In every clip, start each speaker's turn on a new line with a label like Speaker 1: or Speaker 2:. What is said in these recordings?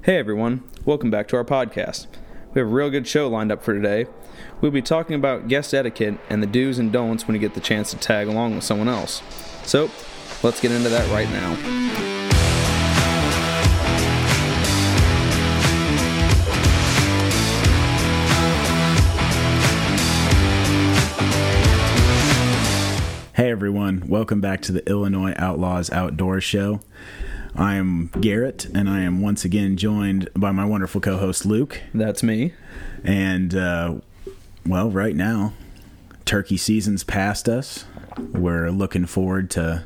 Speaker 1: Hey everyone, welcome back to our podcast. We have a real good show lined up for today. We'll be talking about guest etiquette and the do's and don'ts when you get the chance to tag along with someone else. So, let's get into that right now.
Speaker 2: Hey everyone, welcome back to the Illinois Outlaws Outdoor Show. I am Garrett, and I am once again joined by my wonderful co host Luke.
Speaker 1: That's me.
Speaker 2: And, uh, well, right now, turkey season's past us. We're looking forward to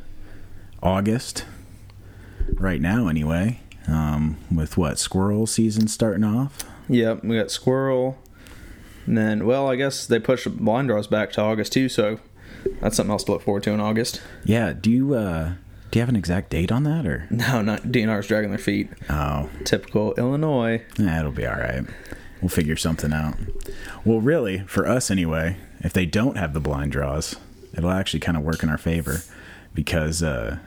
Speaker 2: August, right now, anyway, um, with what, squirrel season starting off?
Speaker 1: Yep, we got squirrel. And then, well, I guess they pushed blind draws back to August too, so that's something else to look forward to in August.
Speaker 2: Yeah, do you, uh, do you have an exact date on that, or?
Speaker 1: No, not DNR's dragging their feet.
Speaker 2: Oh,
Speaker 1: Typical Illinois.
Speaker 2: Yeah, it'll be all right. We'll figure something out. Well, really, for us anyway, if they don't have the blind draws, it'll actually kind of work in our favor because uh,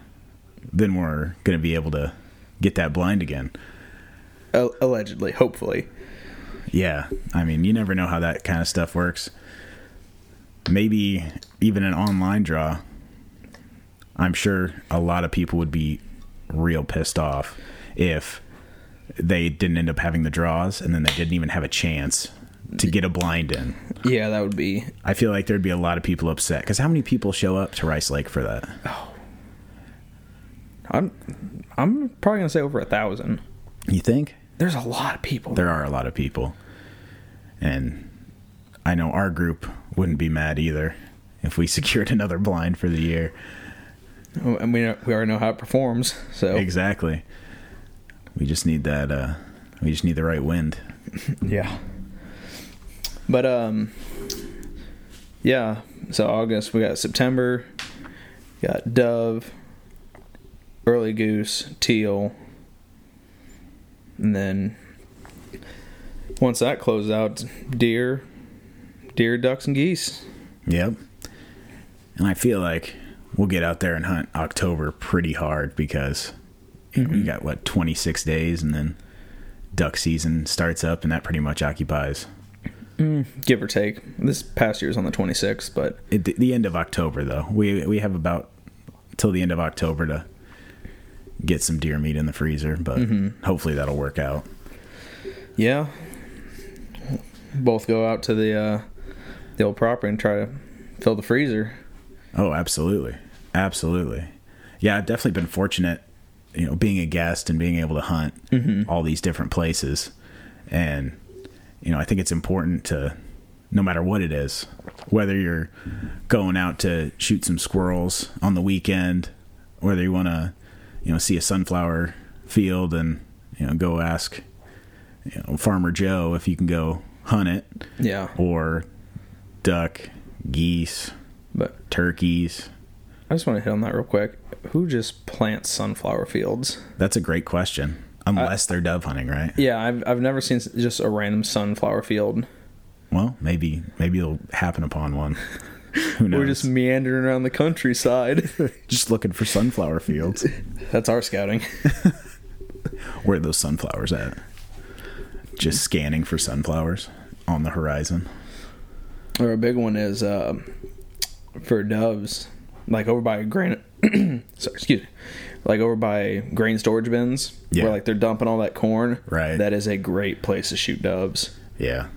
Speaker 2: then we're going to be able to get that blind again.
Speaker 1: Al- allegedly, hopefully.
Speaker 2: Yeah, I mean, you never know how that kind of stuff works. Maybe even an online draw. I'm sure a lot of people would be real pissed off if they didn't end up having the draws and then they didn't even have a chance to get a blind in.
Speaker 1: Yeah, that would be
Speaker 2: I feel like there'd be a lot of people upset because how many people show up to Rice Lake for that?
Speaker 1: I'm I'm probably gonna say over a thousand.
Speaker 2: You think?
Speaker 1: There's a lot of people.
Speaker 2: There are a lot of people. And I know our group wouldn't be mad either if we secured another blind for the year.
Speaker 1: and we know, we already know how it performs. So
Speaker 2: Exactly. We just need that. Uh, we just need the right wind.
Speaker 1: yeah. But um, yeah. So August we got September, got dove, early goose, teal, and then once that closes out, it's deer, deer, ducks, and geese.
Speaker 2: Yep. And I feel like we'll get out there and hunt October pretty hard because you know, you got what 26 days, and then duck season starts up, and that pretty much occupies
Speaker 1: Give or take. This past year was on the 26th, but
Speaker 2: at the, the end of October though. We we have about till the end of October to get some deer meat in the freezer, but hopefully that'll work out.
Speaker 1: Yeah. Both go out to the uh, the old property and try to fill the freezer.
Speaker 2: Oh, absolutely. Absolutely. Yeah, I've definitely been fortunate, you know, being a guest and being able to hunt all these different places. And, you know, I think it's important to, no matter what it is, whether you're going out to shoot some squirrels on the weekend, whether you want to, you know, see a sunflower field and, you know, go ask, you know, Farmer Joe if you can go hunt it
Speaker 1: Yeah.
Speaker 2: or duck, geese,
Speaker 1: But
Speaker 2: turkeys.
Speaker 1: I just want to hit on that real quick. Who just plants sunflower fields?
Speaker 2: That's a great question. Unless they're dove hunting, right?
Speaker 1: Yeah, I've I've never seen s- just a random sunflower field.
Speaker 2: Well, maybe maybe it'll happen upon one. Who knows?
Speaker 1: We're just meandering around the countryside.
Speaker 2: just looking for sunflower fields.
Speaker 1: That's our scouting.
Speaker 2: Where are those sunflowers at? Just scanning for sunflowers on the horizon.
Speaker 1: Or a big one is uh, for doves, like over by grain. sorry, excuse me. Like over by grain storage bins,
Speaker 2: Yeah.
Speaker 1: where like they're dumping all that corn.
Speaker 2: Right.
Speaker 1: That is a great place to shoot doves.
Speaker 2: Yeah.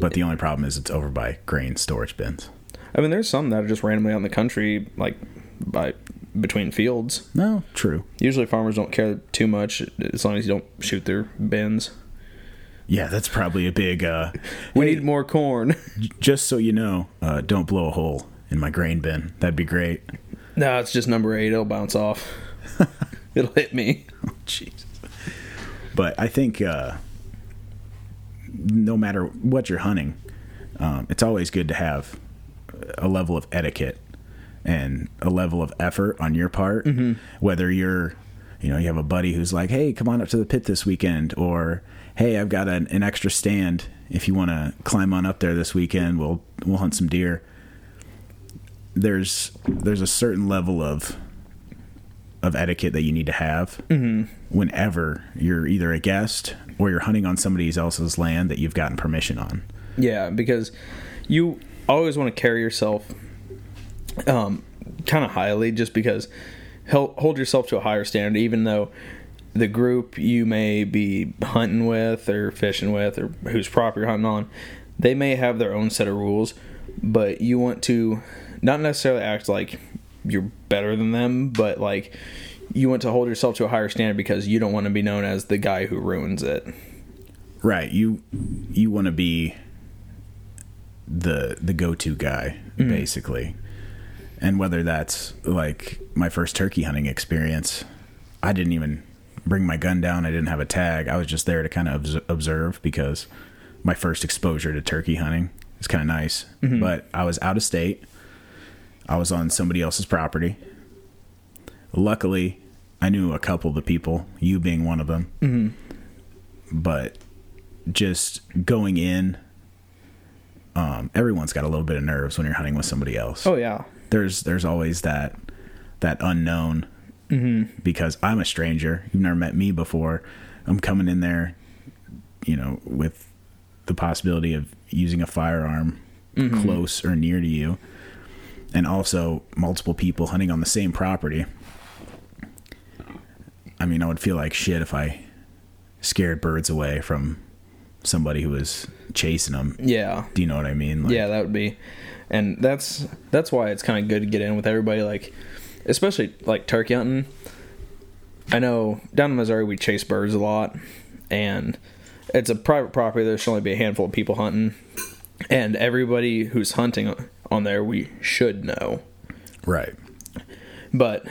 Speaker 2: But the only problem is it's over by grain storage bins.
Speaker 1: I mean, there's some that are just randomly out in the country, like by between fields.
Speaker 2: No, true.
Speaker 1: Usually, farmers don't care too much as long as you don't shoot their bins.
Speaker 2: Yeah, that's probably a big uh
Speaker 1: We need more corn.
Speaker 2: just so you know, uh don't blow a hole in my grain bin. That'd be great.
Speaker 1: no, it's just number eight. It'll bounce off. It'll hit me.
Speaker 2: Jesus. But I think uh, no matter what you're hunting, um, it's always good to have a level of etiquette and a level of effort on your part. Whether you're, you know, you have a buddy who's like, "Hey, come on up to the pit this weekend," or "Hey, I've got an, an extra stand. If you want to climb on up there this weekend, we'll we'll hunt some deer." There's there's a certain level of of etiquette that you need to have whenever you're either a guest or you're hunting on somebody else's land that you've gotten permission on.
Speaker 1: Yeah, because you always want to carry yourself um, kind of highly just because hel- hold yourself to a higher standard, even though the group you may be hunting with or fishing with or whose property you're hunting on, they may have their own set of rules, but you want to not necessarily act like you're better than them, but like you want to hold yourself to a higher standard because you don't want to be known as the guy who ruins it.
Speaker 2: Right. You you want to be the the go-to guy basically. And whether that's like my first turkey hunting experience, I didn't even bring my gun down. I didn't have a tag. I was just there to kind of obs- observe because my first exposure to turkey hunting is kind of nice. But I was out of state. I was on somebody else's property. Luckily, I knew a couple of the people, you being one of them. But just going in, um, everyone's got a little bit of nerves when you're hunting with somebody else
Speaker 1: Oh, yeah.
Speaker 2: there's there's always that that unknown because I'm a stranger. You've never met me before. I'm coming in there, you know, with the possibility of using a firearm close or near to you, and also multiple people hunting on the same property. I mean, I would feel like shit if I scared birds away from somebody who was chasing them.
Speaker 1: Yeah.
Speaker 2: Do you know what I mean? Like,
Speaker 1: Yeah, that would be, and that's that's why it's kind of good to get in with everybody. Like, especially like turkey hunting. I know down in Missouri we chase birds a lot, and it's a private property. There should only be a handful of people hunting, and everybody who's hunting on there we should know.
Speaker 2: Right.
Speaker 1: But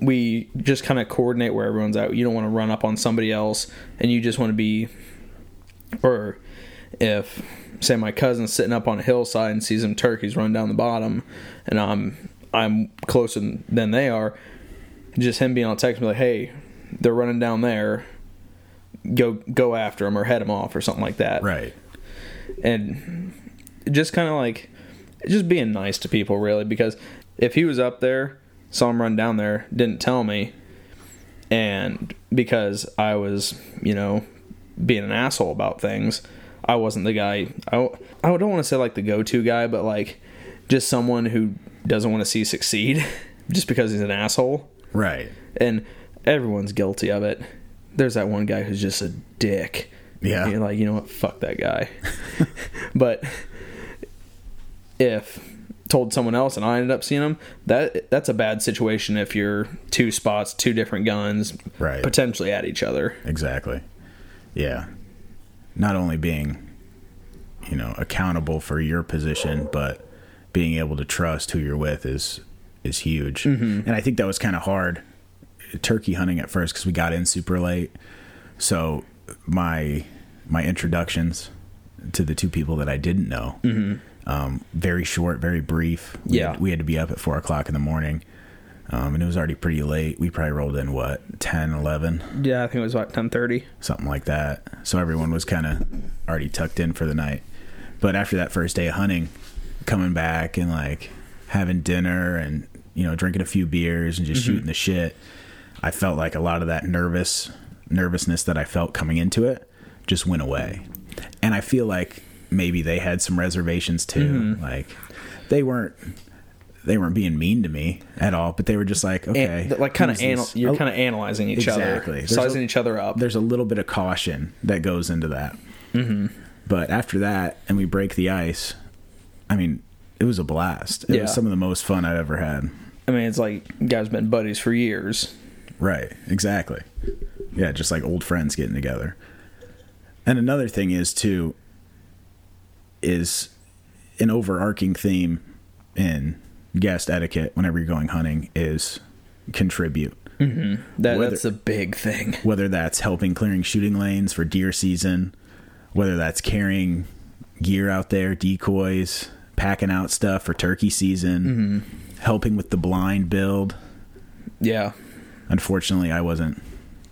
Speaker 1: we just kind of coordinate where everyone's at. You don't want to run up on somebody else, and you just want to be or if say my cousin's sitting up on a hillside and sees them turkeys run down the bottom and I'm I'm closer than they are, just him being on text me like, "Hey, they're running down there. Go go after them or head them off or something like that."
Speaker 2: Right.
Speaker 1: and just kind of like just being nice to people really because if he was up there saw him run down there didn't tell me and because i was you know being an asshole about things i wasn't the guy i, I don't want to say like the go-to guy but like just someone who doesn't want to see succeed just because he's an asshole
Speaker 2: Right.
Speaker 1: and everyone's guilty of it. There's that one guy who's just a dick.
Speaker 2: Yeah.
Speaker 1: You're like, you know what? Fuck that guy. but if told someone else and I ended up seeing him, that that's a bad situation if you're two spots, two different guns,
Speaker 2: Right.
Speaker 1: potentially at each other.
Speaker 2: Exactly. Yeah. Not only being, you know, accountable for your position, but being able to trust who you're with is is huge. And I think that was kind of hard turkey hunting at first because we got in super late. So my my introductions to the two people that I didn't know, um, very short, very brief. We
Speaker 1: Yeah.
Speaker 2: had, we had to be up at four o'clock in the morning. Um, and it was already pretty late. We probably rolled in what 10, 11
Speaker 1: Yeah, I think it was about ten thirty.
Speaker 2: something like that. So everyone was kind of already tucked in for the night. But after that first day of hunting, coming back and like having dinner and you know drinking a few beers and just
Speaker 1: Mm-hmm.
Speaker 2: shooting the shit, I felt like a lot of that nervous nervousness that I felt coming into it just went away. And I feel like maybe they had some reservations too.
Speaker 1: Mm-hmm.
Speaker 2: Like they weren't they weren't being mean to me at all, but they were just like, okay,
Speaker 1: like kind of
Speaker 2: who's this?
Speaker 1: you're
Speaker 2: Oh,
Speaker 1: kind of analyzing each
Speaker 2: Exactly.
Speaker 1: other,
Speaker 2: There's a-
Speaker 1: sizing each other up.
Speaker 2: there's a little bit of caution that goes into that. But after that, and we break the ice, I mean, it was a blast. It
Speaker 1: Yeah.
Speaker 2: was some of the most fun I've ever had.
Speaker 1: I mean, it's like guys been buddies for years.
Speaker 2: Right, exactly. Yeah, just like old friends getting together. And another thing is too is an overarching theme in guest etiquette whenever you're going hunting is contribute.
Speaker 1: That,
Speaker 2: Whether-
Speaker 1: that's a big thing.
Speaker 2: whether that's helping clearing shooting lanes for deer season, whether that's carrying gear out there, decoys, packing out stuff for turkey season, helping with the blind build.
Speaker 1: Yeah,
Speaker 2: Unfortunately, I wasn't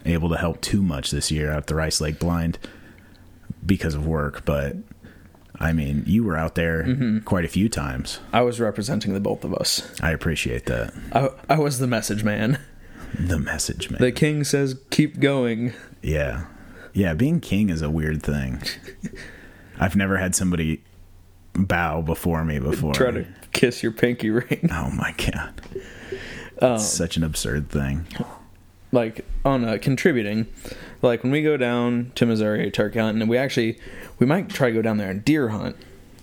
Speaker 2: able to help too much this year out at the Rice Lake Blind because of work, but I mean, you were out there quite a few times.
Speaker 1: I was representing the both of us.
Speaker 2: I appreciate that.
Speaker 1: I, I was the message man.
Speaker 2: the message man
Speaker 1: The king says, keep going.
Speaker 2: yeah yeah being king is a weird thing i've never had somebody bow before me before
Speaker 1: Try to kiss your pinky ring.
Speaker 2: oh my god
Speaker 1: Um,
Speaker 2: it's such an absurd thing
Speaker 1: Like, on uh, contributing. Like, when we go down to Missouri to turkey hunt, and we actually, we might try to go down there and deer hunt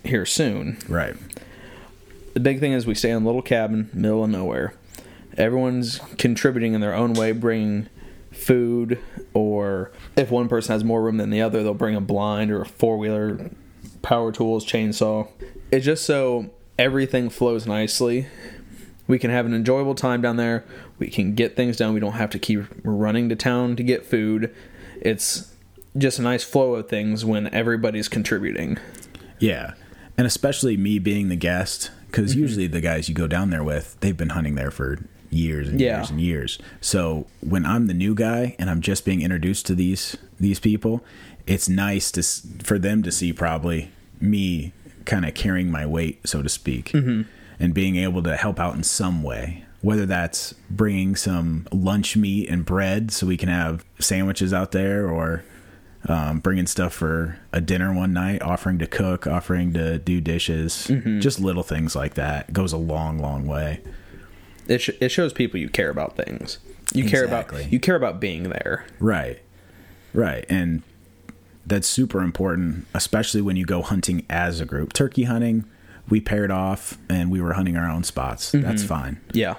Speaker 1: here soon.
Speaker 2: right
Speaker 1: the big thing is we stay in a little cabin, middle of nowhere. Everyone's contributing in their own way, bringing food, or if one person has more room than the other, they'll bring a blind or a four wheeler, power tools, chainsaw. It's just so everything flows nicely. We can have an enjoyable time down there. We can get things done. We don't have to keep running to town to get food. It's just a nice flow of things when everybody's contributing.
Speaker 2: Yeah. And especially me being the guest, because usually the guys you go down there with, they've been hunting there for years and
Speaker 1: Yeah.
Speaker 2: years and years. So when I'm the new guy and I'm just being introduced to these these people, it's nice to s- for them to see probably me kind of carrying my weight, so to speak, and being able to help out in some way. Whether that's bringing some lunch meat and bread so we can have sandwiches out there, or um, bringing stuff for a dinner one night, offering to cook, offering to do dishes, just little things like that goes a long, long way.
Speaker 1: it, sh- it shows people you care about things you care about
Speaker 2: Exactly.
Speaker 1: you care about being there
Speaker 2: Right, right, and that's super important, especially when you go hunting as a group. Turkey hunting, we paired off and we were hunting our own spots. That's fine,
Speaker 1: yeah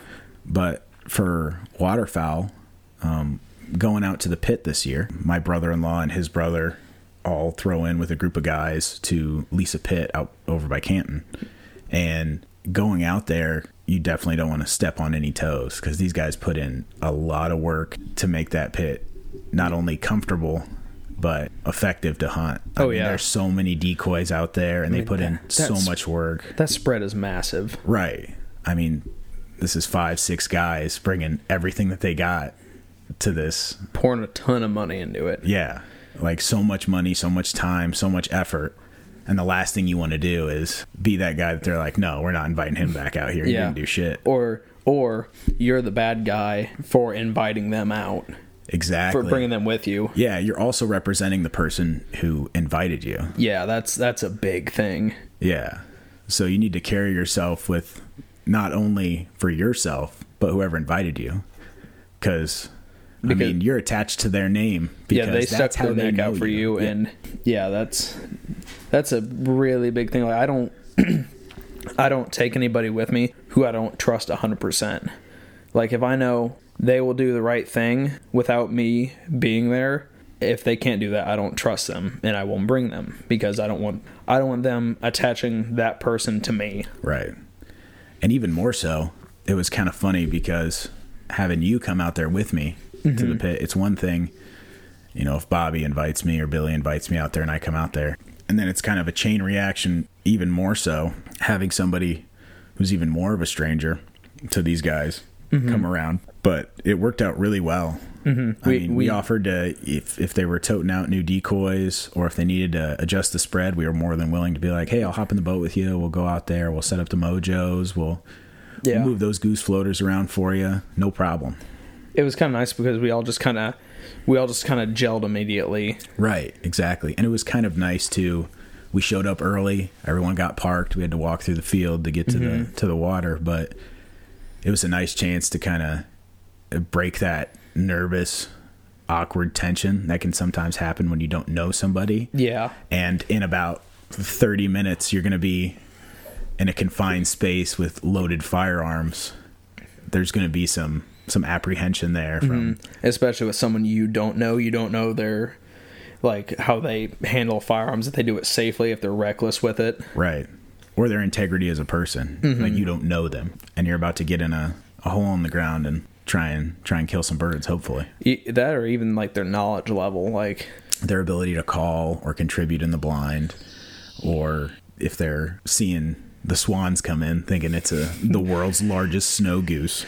Speaker 2: but for waterfowl, um, going out to the pit this year, my brother-in-law and his brother all throw in with a group of guys to lease a pit out over by Canton, and going out there, you definitely don't want to step on any toes because these guys put in a lot of work to make that pit not only comfortable but effective to hunt. I
Speaker 1: Oh,
Speaker 2: mean,
Speaker 1: yeah.
Speaker 2: there's so many decoys out there, and they put in
Speaker 1: that-
Speaker 2: so
Speaker 1: that's-
Speaker 2: much work.
Speaker 1: that spread is massive
Speaker 2: Right. I mean, this is five, six guys bringing everything that they got to this.
Speaker 1: pouring a ton of money into it
Speaker 2: Yeah. Like so much money, so much time, so much effort. And the last thing you want to do is be that guy that they're like, no, we're not inviting him back out here. He
Speaker 1: Yeah.
Speaker 2: didn't do shit.
Speaker 1: or or you're the bad guy for inviting them out
Speaker 2: Exactly.
Speaker 1: for bringing them with you
Speaker 2: yeah. You're also representing the person who invited you.
Speaker 1: yeah that's that's a big thing
Speaker 2: Yeah. So you need to carry yourself with not only for yourself, but whoever invited you. Cause I
Speaker 1: Because-
Speaker 2: mean, you're attached to their name
Speaker 1: yeah
Speaker 2: because
Speaker 1: they stuck
Speaker 2: that's how
Speaker 1: their
Speaker 2: they
Speaker 1: neck
Speaker 2: know
Speaker 1: out for you,
Speaker 2: Yeah.
Speaker 1: and yeah that's that's a really big thing like i don't i don't take anybody with me who i don't trust 100% like if i know they will do the right thing without me being there if they can't do that i don't trust them and i won't bring them because i don't want i don't want them attaching that person to me
Speaker 2: Right. And even more so, it was kind of funny because having you come out there with me to
Speaker 1: Mm-hmm.
Speaker 2: the pit, it's one thing, you know, if Bobby invites me or Billy invites me out there and I come out there. And then it's kind of a chain reaction, even more so, having somebody who's even more of a stranger to these guys
Speaker 1: Mm-hmm.
Speaker 2: come around. But it worked out really well. I
Speaker 1: We-
Speaker 2: mean, we,
Speaker 1: we-
Speaker 2: offered to, if, if they were toting out new decoys or if they needed to adjust the spread, we were more than willing to be like, hey, I'll hop in the boat with you. We'll go out there. We'll set up the mojos. We'll
Speaker 1: yeah
Speaker 2: move those goose floaters around for you. No problem.
Speaker 1: it was kind of nice because we all just kind of we all just kind of gelled immediately
Speaker 2: Right, exactly. And it was kind of nice too. We showed up early. Everyone got parked. We had to walk through the field to get to the to the water, but it was a nice chance to kind of break that nervous, awkward tension that can sometimes happen when you don't know somebody.
Speaker 1: yeah
Speaker 2: And in about 30 minutes, you're going to be in a confined space with loaded firearms. There's going to be some some apprehension there from
Speaker 1: especially with someone you don't know. You don't know their like how they handle firearms, if they do it safely, if they're reckless with it.
Speaker 2: Right. Or their integrity as a person. Like you don't know them and you're about to get in a, a hole in the ground and try and try and kill some birds, hopefully.
Speaker 1: E- That or even like their knowledge level, like
Speaker 2: Their ability to call or contribute in the blind or if they're seeing the swans come in thinking it's a the world's largest snow goose.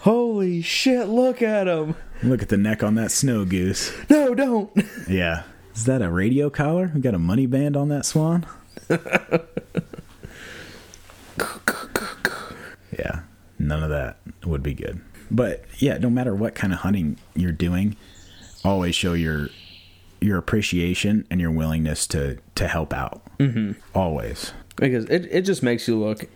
Speaker 1: holy shit, look at them.
Speaker 2: Look at the neck on that snow goose.
Speaker 1: No, don't.
Speaker 2: Yeah. Is that a radio collar? We got a money band on that swan? yeah. None of that would be good. But yeah, no matter what kind of hunting you're doing, always show your your appreciation and your willingness to to help out. Mm-hmm. Always.
Speaker 1: because it, it just makes you look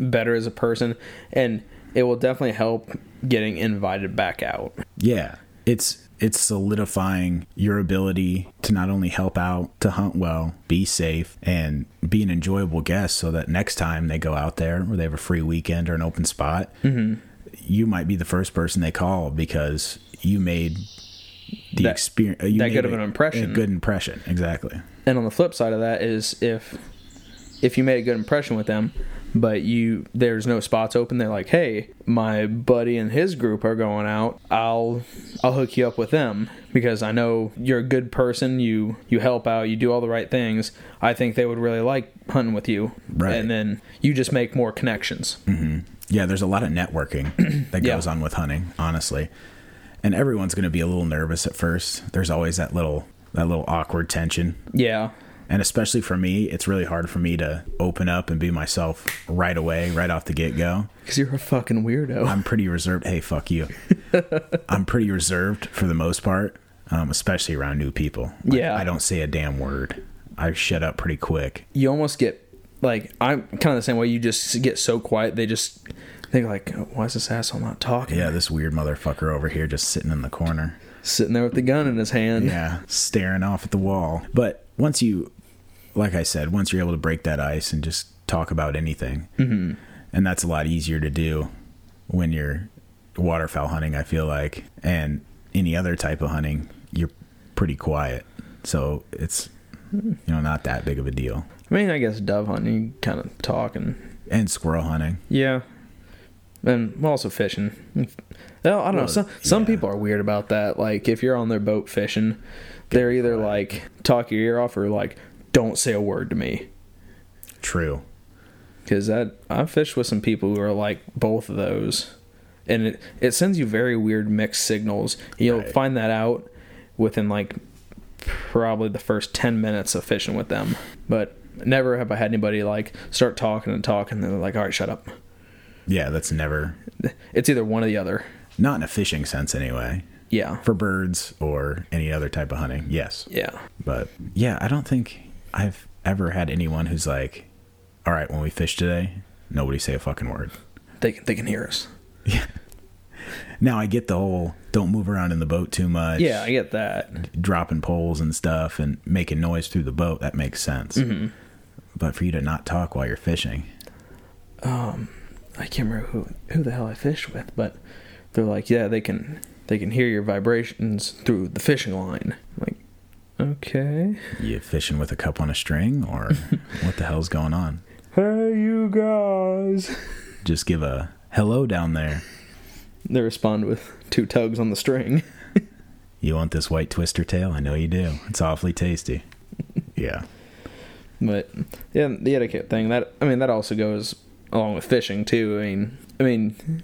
Speaker 1: better as a person and it will definitely help getting invited back out
Speaker 2: Yeah, it's it's solidifying your ability to not only help out, to hunt well, be safe, and be an enjoyable guest, so that next time they go out there or they have a free weekend or an open spot,
Speaker 1: Mm-hmm.
Speaker 2: you might be the first person they call because you made the
Speaker 1: That-
Speaker 2: experience
Speaker 1: that good of an impression.
Speaker 2: A good impression, exactly.
Speaker 1: and on the flip side of that is if if you made a good impression with them but you there's no spots open they're like hey my buddy and his group are going out i'll i'll hook you up with them because i know you're a good person you you help out you do all the right things i think they would really like hunting with you
Speaker 2: Right. Mm.
Speaker 1: and then you just make more connections
Speaker 2: Yeah, there's a lot of networking that
Speaker 1: Yeah.
Speaker 2: goes on with hunting, honestly. And everyone's going to be a little nervous at first. There's always that little that little awkward tension.
Speaker 1: yeah
Speaker 2: And especially for me, it's really hard for me to open up and be myself right away, right off the get go.
Speaker 1: because you're a fucking weirdo
Speaker 2: I'm pretty reserved. Hey, fuck you. I'm pretty reserved for the most part, um, especially around new people. Like,
Speaker 1: Yeah.
Speaker 2: I don't say a damn word. I shut up pretty quick.
Speaker 1: you almost get like I'm kind of the same way. You just get so quiet. They just think like, why is this asshole not talking?
Speaker 2: Yeah, this weird motherfucker over here just sitting in the corner.
Speaker 1: Sitting there with the gun in his hand.
Speaker 2: Yeah, staring off at the wall. But once you, like I said, once you're able to break that ice and just talk about anything, mm-hmm. and that's a lot easier to do when you're waterfowl hunting, I feel like, and any other type of hunting, you're pretty quiet. So it's, you know, not that big of a deal.
Speaker 1: I mean, I guess dove hunting, you kind of talking.
Speaker 2: And squirrel hunting.
Speaker 1: Yeah. And also fishing. Well, I don't know.
Speaker 2: Well,
Speaker 1: Some some
Speaker 2: yeah.
Speaker 1: people are weird about that. Like if you're on their boat fishing, they're either like talk your ear off or like don't say a word to me.
Speaker 2: True.
Speaker 1: because that I fished with some people who are like both of those, and it it sends you very weird mixed signals. You'll
Speaker 2: Right.
Speaker 1: find that out within like probably the first ten minutes of fishing with them. But never have I had anybody like start talking and talking, and they're like, "All right, shut up."
Speaker 2: Yeah, that's never,
Speaker 1: It's either one or the other.
Speaker 2: not in a fishing sense anyway,
Speaker 1: Yeah,
Speaker 2: for birds or any other type of hunting. Yes.
Speaker 1: yeah.
Speaker 2: But yeah, I don't think I've ever had anyone who's like, all right, when we fish today, nobody say a fucking word.
Speaker 1: They can they can hear us.
Speaker 2: Now I get the whole don't move around in the boat too much.
Speaker 1: Yeah, I get that.
Speaker 2: Dropping poles and stuff and making noise through the boat. That makes sense.
Speaker 1: Mm. Mm-hmm.
Speaker 2: But for you to not talk while you're fishing.
Speaker 1: um, I can't remember who who the hell I fished with, but they're like, yeah, they can they can hear your vibrations through the fishing line. I'm like, okay.
Speaker 2: You fishing with a cup on a string or what the hell's going on?
Speaker 1: Hey, you guys.
Speaker 2: Just give a hello down there.
Speaker 1: They respond with two tugs on the string.
Speaker 2: You want this white twister tail? I know you do. It's awfully tasty. Yeah.
Speaker 1: But yeah, the etiquette thing that I mean that also goes along with fishing too. I mean, I mean,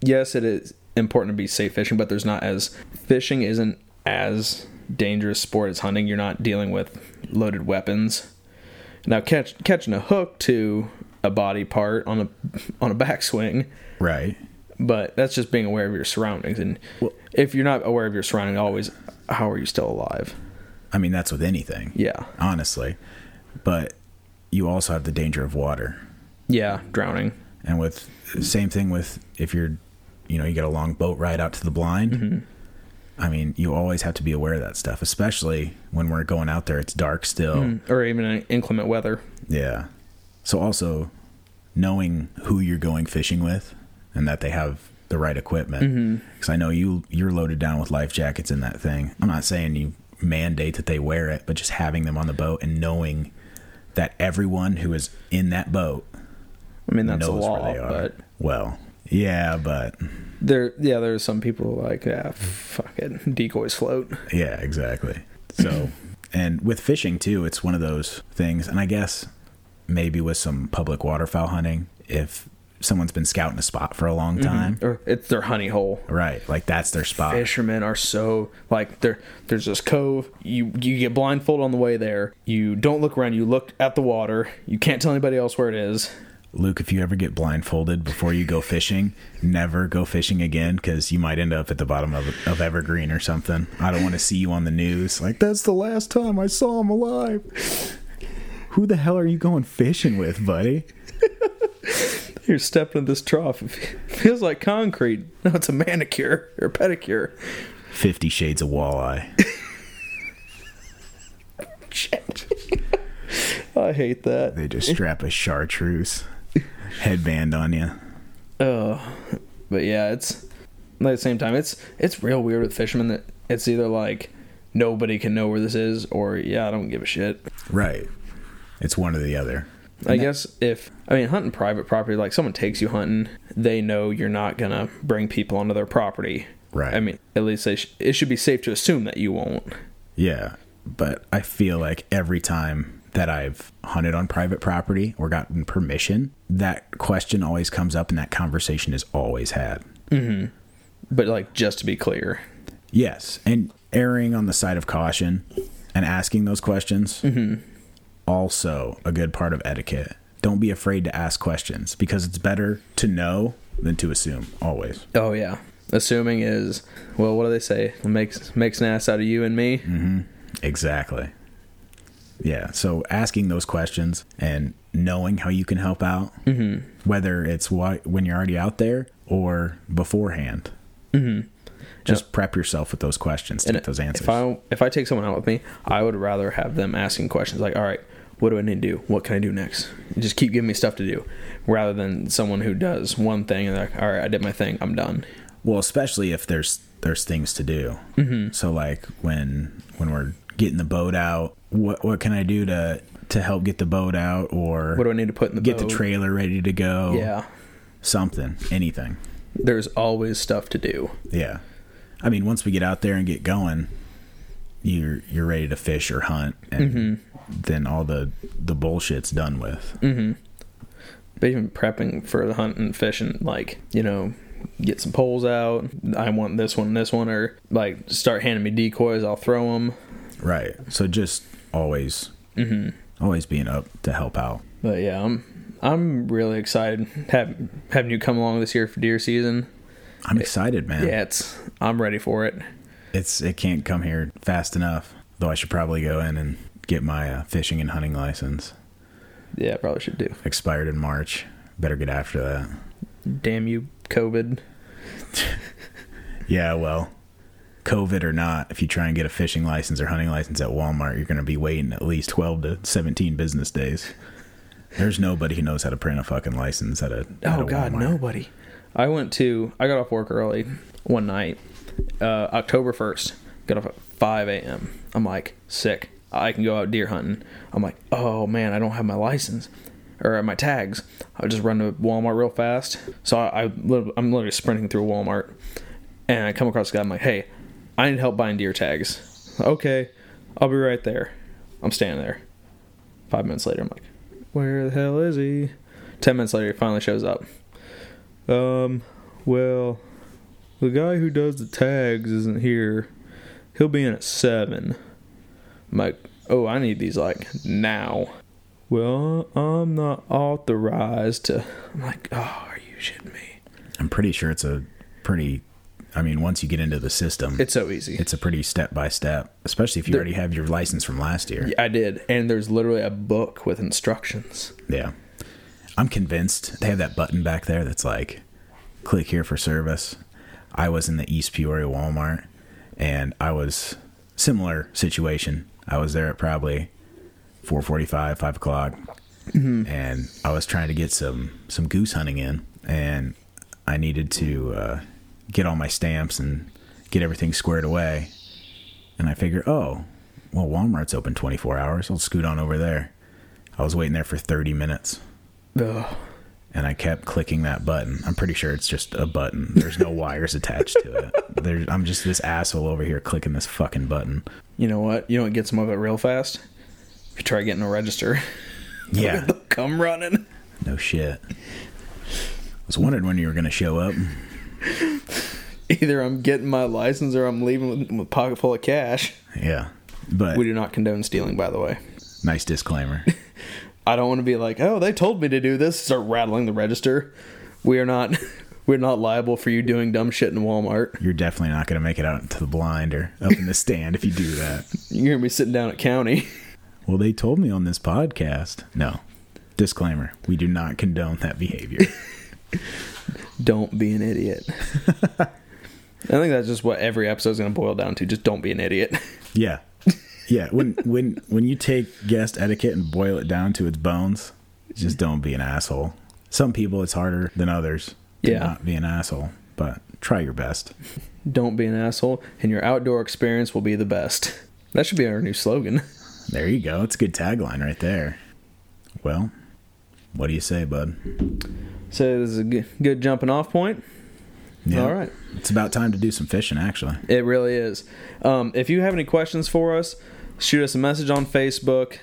Speaker 1: yes, it is important to be safe fishing, but there's not as fishing isn't as dangerous sport as hunting. You're not dealing with loaded weapons. Now catch, catching a hook to a body part on a on a backswing,
Speaker 2: Right.
Speaker 1: but that's just being aware of your surroundings. And
Speaker 2: Well-
Speaker 1: if you're not aware of your surroundings, always how are you still alive?
Speaker 2: I mean, that's with anything.
Speaker 1: Yeah,
Speaker 2: honestly. But you also have the danger of water.
Speaker 1: yeah, drowning.
Speaker 2: And with same thing with if you're, you know, you get a long boat ride out to the blind. I mean, you always have to be aware of that stuff, especially when we're going out there. It's dark still.
Speaker 1: or even in inclement weather.
Speaker 2: Yeah. So also knowing who you're going fishing with and that they have the right equipment.
Speaker 1: Mm-hmm.
Speaker 2: Because I know you you're loaded down with life jackets in that thing. I'm not saying you mandate that they wear it, but just having them on the boat and knowing that everyone who is in that boat
Speaker 1: I mean, that's a
Speaker 2: knows
Speaker 1: law,
Speaker 2: where they are.
Speaker 1: but
Speaker 2: Well, yeah, but
Speaker 1: there, yeah, there's some people who are like, yeah, fuck it, decoys float.
Speaker 2: Yeah, exactly. So, and with fishing too, it's one of those things. And I guess maybe with some public waterfowl hunting, if someone's been scouting a spot for a long time,
Speaker 1: Or it's their honey hole.
Speaker 2: right? Like that's their spot.
Speaker 1: Fishermen are so like there. There's this cove. You you get blindfolded on the way there. You don't look around. You look at the water. You can't tell anybody else where it is.
Speaker 2: Luke, if you ever get blindfolded before you go fishing, never go fishing again because you might end up at the bottom of, of Evergreen or something. I don't want to see you on the news. Like, that's the last time I saw him alive. Who the hell are you going fishing with, buddy?
Speaker 1: You're stepping in this trough. It feels like concrete. No, it's a manicure or pedicure.
Speaker 2: Fifty Shades of Walleye.
Speaker 1: Shit. I hate that.
Speaker 2: They just strap a chartreuse headband on you.
Speaker 1: Oh, but yeah, it's at the same time it's it's real weird with fishermen that it's either like nobody can know where this is or yeah, I don't give a shit.
Speaker 2: Right. It's one or the other.
Speaker 1: I guess if I mean hunting private property, like someone takes you hunting, they know you're not gonna bring people onto their property.
Speaker 2: Right.
Speaker 1: I mean, at least they sh- it should be safe to assume that you won't.
Speaker 2: Yeah. But I feel like every time that I've hunted on private property or gotten permission, that question always comes up and that conversation is always had.
Speaker 1: But like, just to be clear,
Speaker 2: Yes. And erring on the side of caution and asking those questions, also a good part of etiquette. Don't be afraid to ask questions because it's better to know than to assume, always.
Speaker 1: oh yeah, assuming is well. What do they say? Makes makes an ass out of you and me.
Speaker 2: Exactly. Yeah. So asking those questions and knowing how you can help out,
Speaker 1: Mm-hmm.
Speaker 2: whether it's why, when you're already out there or beforehand, just prep yourself with those questions to
Speaker 1: Mm-hmm. And
Speaker 2: get those answers.
Speaker 1: If I if I take someone out with me, I would rather have them asking questions like, "All right, what do I need to do? What can I do next?" And just keep giving me stuff to do, rather than someone who does one thing and they're like, "All right, I did my thing, I'm done."
Speaker 2: well, especially if there's there's things to do.
Speaker 1: Mm-hmm.
Speaker 2: So like when when we're getting the boat out, what what can I do to to help get the boat out or
Speaker 1: What do I need to put in the
Speaker 2: get
Speaker 1: boat?
Speaker 2: the trailer ready to go?
Speaker 1: Yeah,
Speaker 2: Something, anything.
Speaker 1: there's always stuff to do.
Speaker 2: Yeah. I mean, once we get out there and get going, you're you're ready to fish or hunt, and then all the the bullshit's done with.
Speaker 1: But even prepping for the hunt and fishing, like you know, get some poles out. I want this one, this one, or like start handing me decoys. I'll throw them.
Speaker 2: Right. So just always, always being up to help out.
Speaker 1: But yeah, I'm I'm really excited having having you come along this year for deer season.
Speaker 2: I'm excited, man.
Speaker 1: Yeah, it's I'm ready for it.
Speaker 2: It's it can't come here fast enough. Though I should probably go in and get my uh, fishing and hunting license
Speaker 1: Yeah, I probably should do.
Speaker 2: expired in March. Better get after that.
Speaker 1: Damn you, COVID.
Speaker 2: Yeah. Well. COVID or not, if you try and get a fishing license or hunting license at Walmart, you're going to be waiting at least 12 to 17 business days. There's nobody who knows how to print a fucking license at a. at
Speaker 1: Oh
Speaker 2: a
Speaker 1: God,
Speaker 2: Walmart.
Speaker 1: nobody. I went to I got off work early one night, uh, October first. Got off at five a.m. I'm like sick. I can go out deer hunting. I'm like, oh man, I don't have my license or my tags. I'll just run to Walmart real fast. So I, I lit- I'm literally sprinting through Walmart, and I come across a guy. I'm like, hey, I need help buying deer tags. Okay, I'll be right there. I'm standing there. Five minutes later, I'm like, where the hell is he? Ten minutes later, he finally shows up. Um, well, the guy who does the tags isn't here. He'll be in at seven. I'm like, oh, I need these like now. Well, I'm not authorized to. I'm like, oh, are you shitting me?
Speaker 2: I'm pretty sure it's a pretty. I mean, once you get into the system,
Speaker 1: It's so easy.
Speaker 2: it's a pretty step by step, especially if you already have your license from last year.
Speaker 1: I did, and there's literally a book with instructions.
Speaker 2: Yeah. I'm convinced they have that button back there that's like, click here for service. I was in the East Peoria Walmart and I was similar situation. I was there at probably 445, 5 o'clock. And I was trying to get some, some goose hunting in and I needed to uh, get all my stamps and get everything squared away. And I figure, oh, well, Walmart's open 24 hours. I'll scoot on over there. I was waiting there for 30 minutes
Speaker 1: Ugh.
Speaker 2: and I kept clicking that button. I'm pretty sure it's just a button. There's no wires attached to it. There, I'm just this asshole over here clicking this fucking button.
Speaker 1: You know what? You know what gets some of it real fast? If you try getting a register,
Speaker 2: Yeah.
Speaker 1: they'll come running.
Speaker 2: No shit. I was wondering when you were going to show up.
Speaker 1: Either I'm getting my license or I'm leaving with, with a pocket full of cash.
Speaker 2: Yeah. But
Speaker 1: We do not condone stealing, by the way.
Speaker 2: nice disclaimer.
Speaker 1: I don't want to be like, oh, they told me to do this. Start rattling the register. We are not. We're not liable for you doing dumb shit in Walmart.
Speaker 2: You're definitely not going to make it out into the blind or up in the stand if you do that.
Speaker 1: You hear me sitting down at county.
Speaker 2: Well, they told me on this podcast. No. Disclaimer We do not condone that behavior.
Speaker 1: Don't be an idiot. I think that's just what every episode is going to boil down to. Just don't be an idiot.
Speaker 2: yeah. Yeah. When, when, when you take guest etiquette and boil it down to its bones, just don't be an asshole. Some people, it's harder than others to
Speaker 1: Yeah.
Speaker 2: not be an asshole, but try your best.
Speaker 1: Don't be an asshole, and your outdoor experience will be the best. That should be our new slogan.
Speaker 2: There you go. It's a good tagline right there. Well, what do you say, bud?
Speaker 1: So this is a g- good jumping off point.
Speaker 2: Yeah.
Speaker 1: All right.
Speaker 2: It's about time to do some fishing, actually.
Speaker 1: It really is. Um, if you have any questions for us, shoot us a message on Facebook,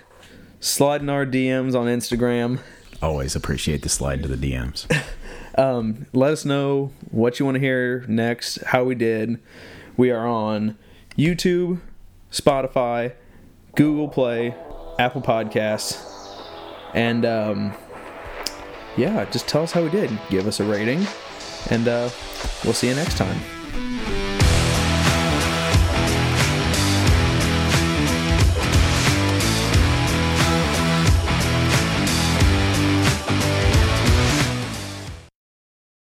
Speaker 1: slide in our DMs on Instagram.
Speaker 2: Always appreciate the slide into the DMs.
Speaker 1: Um, let us know what you want to hear next, how we did. We are on YouTube, Spotify, Google Play, Apple Podcasts, and um, yeah, just tell us how we did. Give us a rating, and uh, we'll see you next time.